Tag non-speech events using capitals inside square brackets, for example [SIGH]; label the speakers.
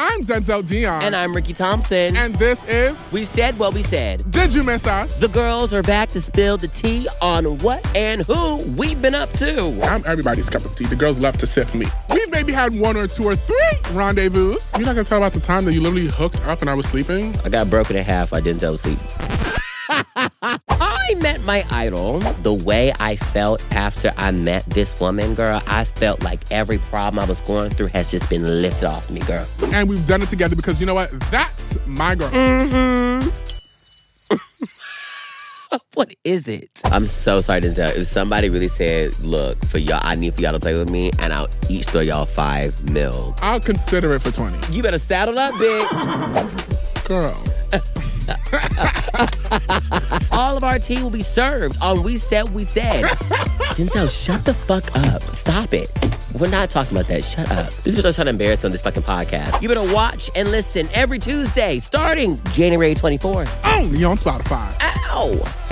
Speaker 1: I'm Denzel Dion.
Speaker 2: And I'm Ricky Thompson.
Speaker 1: And this is
Speaker 2: We Said What We Said.
Speaker 1: Did You Miss Us?
Speaker 2: The girls are back to spill the tea on what and who we've been up to.
Speaker 1: I'm everybody's cup of tea. The girls love to sip me. We've maybe had one or two or three rendezvous. You're not gonna tell about the time that you literally hooked up and I was sleeping?
Speaker 2: I got broken in half. I didn't tell sleep. [LAUGHS] I met my idol. The way I felt after I met this woman, girl, I felt like every problem I was going through has just been lifted off me, girl. [LAUGHS]
Speaker 1: And we've done it together because you know what? That's my girl.
Speaker 2: What is it? I'm so sorry, Denzel. If somebody really said, look, for y'all, I need for y'all to play with me, and I'll each throw y'all five mil.
Speaker 1: I'll consider it for 20.
Speaker 2: You better saddle up, bitch.
Speaker 1: Girl.
Speaker 2: All of our tea will be served on We Said We [LAUGHS] Said. Denzel, shut the fuck up. Stop it. We're not talking about that. Shut up. This bitch is trying to embarrass me on this fucking podcast. You better watch and listen every Tuesday, starting January 24th.
Speaker 1: Only on Spotify.
Speaker 2: Ow!